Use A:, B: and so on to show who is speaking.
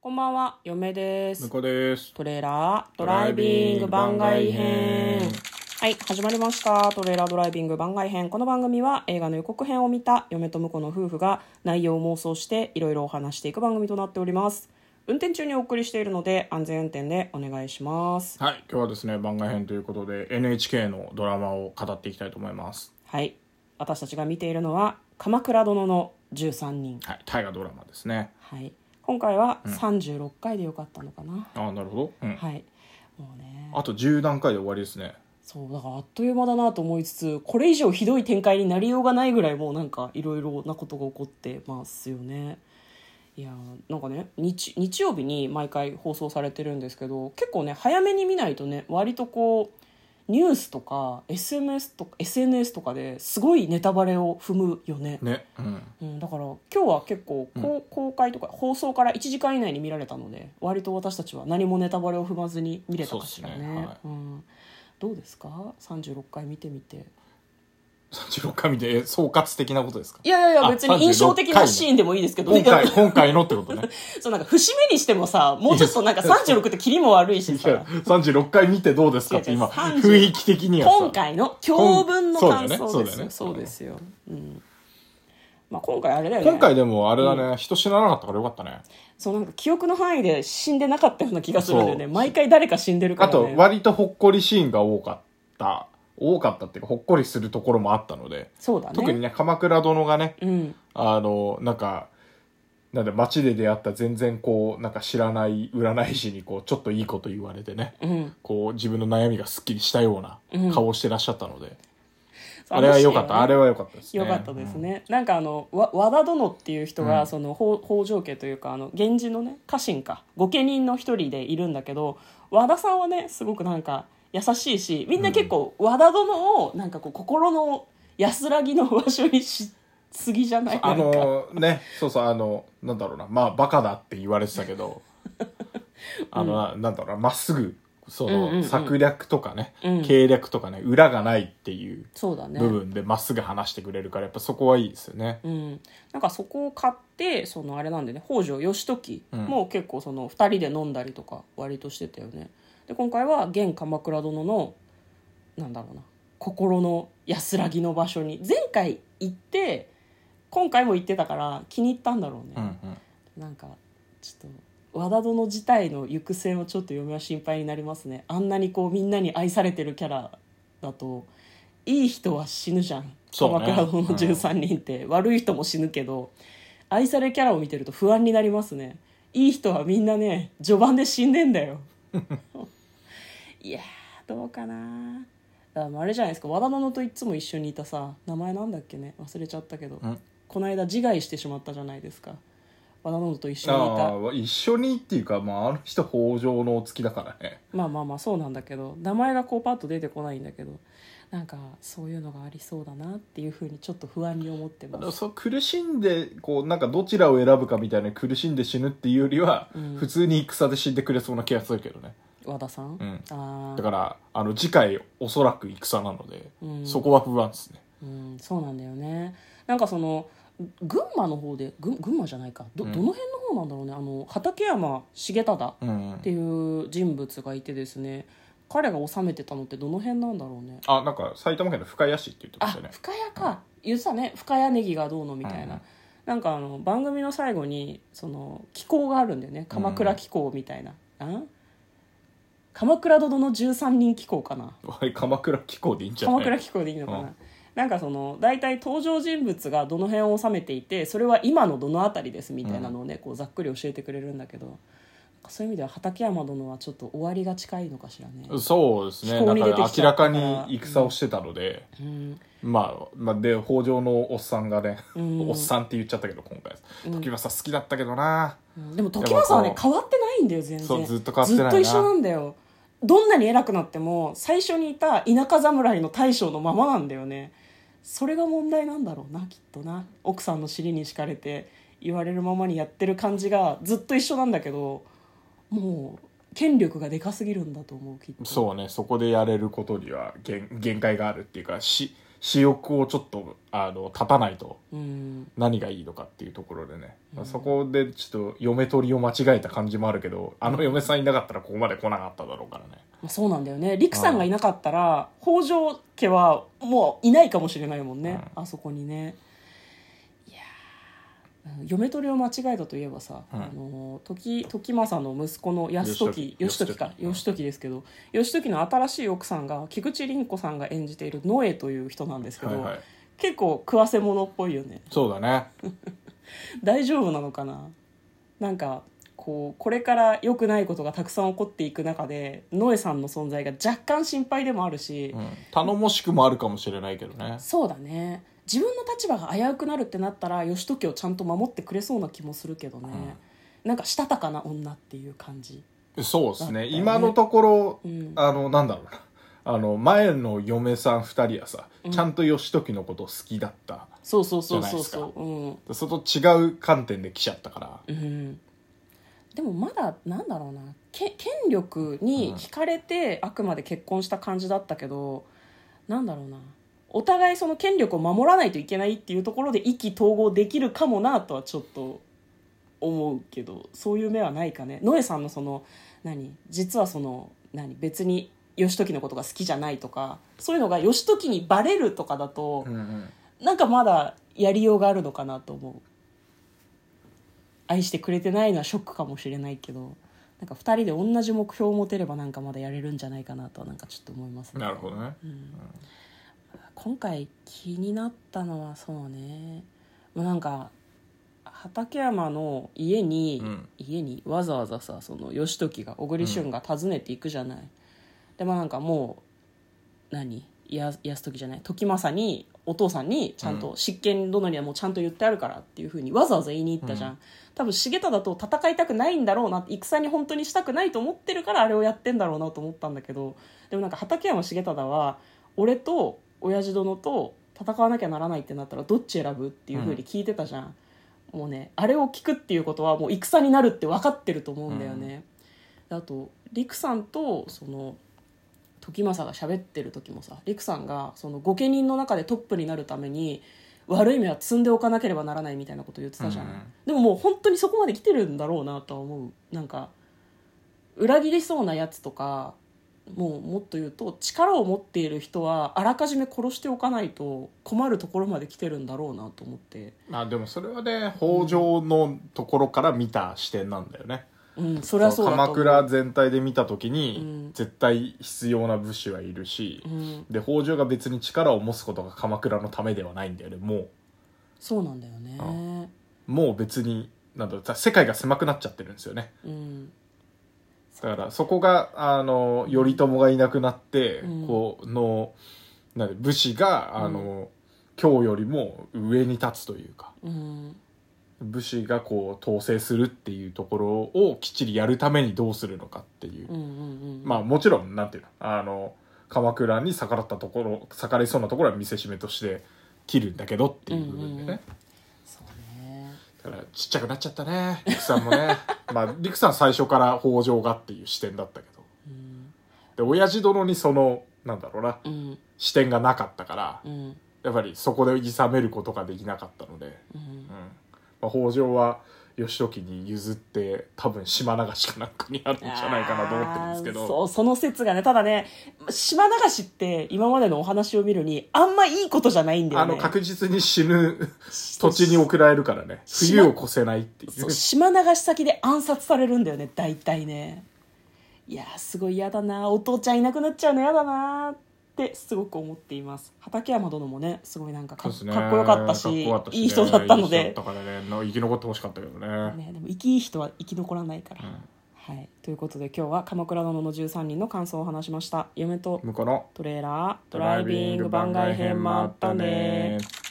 A: こんばんは、嫁です。
B: こです。
A: トレーラードライビング番外編。はい、始まりました。トレーラードライビング番外編。この番組は映画の予告編を見た嫁と婿の夫婦が内容を妄想していろいろお話していく番組となっております。運転中にお送りしているので安全運転でお願いします。
B: はい、今日はですね、番外編ということで NHK のドラマを語っていきたいと思います。
A: はい、私たちが見ているのは鎌倉殿の13人。
B: はい、大河ドラマですね。
A: はい、今回は36回でよかったのかな。
B: ああ、なるほど。うん。
A: はい、もうね。
B: あと10段階で終わりですね。
A: そうだからあっという間だなと思いつつこれ以上ひどい展開になりようがないぐらいもうなんかいろいろなことが起こってますよね。いやーなんかね日日曜日に毎回放送されてるんですけど結構ね早めに見ないとね割とこうニュースとか SMS とか SNS とかですごいネタバレを踏むよね。
B: ね。うん。
A: うん、だから今日は結構こう公開とか放送から1時間以内に見られたので割と私たちは何もネタバレを踏まずに見れたかしらね
B: そうですねはい
A: うん、どうですか36回見てみて
B: 36回見て、え総括的なことですか
A: いやいやいや
B: あ
A: 別に印象的
B: 36回
A: な
B: ね
A: シーンでもいいですけど、
B: 今回、
A: いや
B: 今回のってことね。
A: そうなんか節目にしてもさもうちょっとなんか36ってキリも悪いし
B: いや
A: さ
B: 36回見てどうですかって
A: 違う違う
B: 今、
A: 30
B: 雰囲気的にはさ。
A: 今回の教文の感想
B: そう
A: で
B: だよねそ
A: すよそ
B: うだよね
A: うですよ、うんまあ、今回あれだよね
B: 今回でもあれだね、人死ななかったからよかったね。
A: そうなんか記憶の範囲で死んでなかったような気がするんだよね
B: そう
A: 毎回誰か死んでるか
B: あ
A: ら、ね、
B: と、割とほっこりシーンが多かった。多かったっていうか、ほっこりするところもあったので。
A: そうだね
B: 特にね、鎌倉殿がね、
A: うん
B: あの、なんか、なんで街で出会った全然こう、なんか知らない占い師にこう、ちょっといいこと言われてね、
A: うん
B: こう、自分の悩みがすっきりしたよう
A: うん
B: な顔をしてらっしゃったので、あれは良かった、あれ
A: は
B: は良かったですね。
A: 良かったですね、なんかあのわ和田殿っていう人が、
B: うん
A: その北北条家というかあの源氏のね家臣か御家人の一人でいるんだけど和田さんはねすごくなんか優しいしみんな結構和田殿をなんかこう心の安らぎの場所にしすぎじゃな
B: う
A: い
B: ん。あ
A: なんか
B: のね、そうそう、あの、なんだろうな、まあ、バカだって言われてたけど、あの、ななんだろうな、まっすぐ、そ
A: うんうんうん
B: の、策略とかね、
A: うん
B: 計略とかね、裏がないっていう
A: そうだね
B: 部分でまっすぐ話してくれるから、やっぱそこはいいですよね。
A: うん、なんかそこを買ってそのあれなんでね北条義時も結構その2人で飲んだりとか割としてたよねで今回は現鎌倉殿のなんだろうな心の安らぎの場所に前回行って今回も行ってたから気に入ったんだろう
B: うん
A: ね、
B: うん。
A: なんかちょっと和田殿自体の行く末もちょっと嫁は心配になりますねあんなにこうみんなに愛されてるキャラだといい人は死ぬじゃん、
B: そう
A: 鎌
B: ね
A: 倉殿の13人って、悪い人も死ぬけど愛されキャラを見てると不安になりますねいい人はみんなね序盤で死んでんだ よいやーどうかなああれじゃないですか和田殿といつも一緒にいたさ名前なんだっけね忘れちゃったけど
B: ん
A: この間自害してしまったじゃないですか和田殿と一緒にいた
B: ああ一緒にっていうか、まあ、あの人北条のお月だからね
A: まあまあまあそうなんだけど名前がこうパッと出てこないんだけどなんかそういうのがありそうだなっていうふうにちょっと不安に思って
B: だ
A: ま
B: から
A: す
B: そう苦しんでこうなんかどちらを選ぶかみたいな苦しんで死ぬっていうよりは、
A: うん
B: 普通に戦で死んでくれそうな気がするけどね、
A: 和田さん、
B: うん、
A: あ
B: だ
A: あ
B: からあの次回おそらく戦なので、
A: うん
B: そこは不安ですね
A: うんそうなんだよねなんかその群馬の方で群群馬じゃないかど,、
B: うん
A: どの辺の方なんだろうねあの畠山重忠
B: うん、
A: っていう人物がいてですね彼が治めてたのってどの辺なんだろうね
B: あなんか埼玉県の深谷市って言ってま
A: あ
B: したね
A: 深谷か言ってたね深谷ネギがどうのみたいな、
B: うん
A: なんかあの番組の最後にその気候があるんだよね鎌倉気候みたいな、ん鎌倉殿の13人気候かな
B: あれ鎌倉紀行でいいんじゃない
A: 鎌倉気候でいいのかな、
B: うん
A: なんかその大体登場人物がどの辺を治めていてそれは今のどの辺りですみたいなのをね、こうざっくり教えてくれるんだけどなんかそういう意味では畠山殿はちょっと終わりが近いのかしらね、
B: そうですね
A: 紀行
B: な
A: に
B: ん
A: 出てきちゃ
B: か
A: った
B: 明らかに戦をしてたので、
A: うん、
B: まあ、まあ、で北条のおっさんがね、
A: うん
B: おっさんって言っちゃったけど今回、
A: うん
B: 時政好きだったけどな
A: うんでも時政はね
B: でもこう
A: 変わってないんだよ全然
B: そうずっと変わってないな
A: ずっと一緒なんだよどんなに偉くなっても最初にいた田舎侍の大将のままなんだよねそれが問題なんだろうなきっとな奥さんの尻に敷かれて言われるままにやってる感じがずっと一緒なんだけどもう権力がでかすぎるんだと思うきっと
B: そうねそこでやれることには限限界があるっていうかし私欲をちょっとあの立たないと
A: うん
B: 何がいいのかっていうところでね、
A: うん
B: そこでちょっと嫁取りを間違えた感じもあるけどあの嫁さんいなかったらここまで来なかっただろうからね
A: まあそうなんだよね陸さんがいなかったら北条家はもういないかもしれないもんね、あそこにねいやーうん嫁取りを間違えたといえばさ、
B: うん
A: あの時時政の息子の泰時
B: 義
A: 義
B: 時
A: 時か
B: うん
A: 義時ですけど義時の新しい奥さんが菊池凛子さんが演じている野江という人なんですけど、
B: はいはい
A: 結構食わせ者っぽいよね
B: そうだね
A: 大丈夫なのかななんかこうこれから良くないことがたくさん起こっていく中でノエさんの存在が若干心配でもあるし、
B: うん頼もしくもあるかもしれないけどね
A: そうだね自分の立場が危うくなるってなったら義時をちゃんと守ってくれそうな気もするけどね、なんかしたたかな女っていう感じ、
B: そうです
A: だっ
B: ね
A: たよね
B: 今のところ、
A: うん
B: あのなんだろうなあの前の嫁さん2人はさ、
A: うん
B: ちゃんと義時のこと好きだった
A: そうそうそうそう
B: じゃない
A: そううん
B: でそと違う観点で来ちゃったから
A: うん、でもまだなんだろうなけ権力に惹かれてあくまで結婚した感じだったけど、なんだろうなお互いその権力を守らないといけないっていうところで意気投合できるかもなとはちょっと思うけどそういう目はないかねノエさんのその何実はその何別に義時のことが好きじゃないとかそういうのが義時にバレるとかだと、
B: うんうん
A: なんかまだやりようがあるのかなと思う愛してくれてないのはショックかもしれないけどなんか2人で同じ目標を持てればなんかまだやれるんじゃないかなとはなんかちょっと思いますね
B: なるほどね
A: うん今回気になったのはそうねもうなんか畠山の家に、
B: うん
A: 家にわざわざさその義時が小栗旬が訪ねていくじゃない、でもなんかもう何や安時じゃない時政にお父さんにちゃん
B: う
A: と執権殿にはもうちゃんと言ってあるからっていうふうにわざわざ言いに行ったじゃん、
B: う
A: 多分重忠と戦いたくないんだろうな戦に本当にしたくないと思ってるからあれをやってんだろうなと思ったんだけどでもなんか畠山重忠は俺と親父殿と戦わなきゃならないってなったらどっち選ぶっていうふうに聞いてたじゃん、もうねあれを聞くっていうことはもう戦になるって分かってると思うんだよね、であと陸さんとその時政が喋ってる時もさ陸さんがその御家人の中でトップになるために悪い目は積んでおかなければならないみたいなこと言ってたじゃん、
B: うんうん
A: でももう本当にそこまで来てるんだろうなとは思うなんか裏切りそうなやつとかもうもっと言うと力を持っている人はあらかじめ殺しておかないと困るところまで来てるんだろうなと思って
B: まあでもそれはね北条のところから見た視点なんだよね、
A: うんそれはそうだと
B: 鎌
A: 思う
B: 倉全体で見た時
A: うん
B: に絶対必要な武士はいるし、
A: うん
B: で北条が別に力を持つことが鎌倉のためではないんだよねもう
A: そうなんだよね
B: もう別になんだろう世界が狭くなっちゃってるんですよね
A: うん
B: だからそこがあの頼朝がいなくなって、
A: うん
B: このなんで武士があの、今日よりも上に立つというか
A: うん
B: 武士がこう統制するっていうところをきっちりやるためにどうするのかっていう、
A: うんうんうん
B: まあもちろんなんていうのあの鎌倉に逆らったところ逆らいそうなところは見せしめとして切るんだけどっていう部分
A: うん
B: でね、
A: うんうんそうね
B: だからちっちゃくなっちゃったね陸さんもね まあ陸さん最初から北条がっていう視点だったけど
A: うん
B: で親父殿にそのなんだろうな
A: うん
B: 視点がなかったから
A: うん
B: やっぱりそこでいさめることができなかったので、
A: うん
B: うんまあ、北条は義時に譲って多分島流しかなんかにあるんじゃないかなと思ってるんですけ
A: あー
B: ど
A: そうその説がねただね島流しって今までのお話を見るにあんまいいことじゃないんだ
B: あ
A: よ
B: の
A: ね
B: 確実に死ぬ土地に送られるからね冬
A: 島
B: を越せないっていう
A: そう島流し先で暗殺されるんだよね大体ねいやーすごい嫌だなお父ちゃんいなくなっちゃうの嫌だなーってすごく思っています畠山殿もねすごいなんかか
B: そう
A: っ
B: ですね
A: かっこよかったし
B: かっこよか
A: いい人だったの
B: いい
A: で
B: 人だったからねの生き残ってほしかったけどね
A: ね、でも生きいい人は生き残らないから、
B: うん
A: はい、ということで今日は「鎌倉殿の13人」の感想を話しました嫁と
B: 向こうの
A: トレーラード
B: ド
A: ラ
B: ラ
A: イ
B: イ
A: ビ
B: ビ
A: ン
B: ン
A: グ
B: グ
A: 番
B: 番
A: 外
B: 外
A: 編
B: 編
A: も
B: も
A: あ
B: あ
A: っ
B: ったた
A: ね
B: ね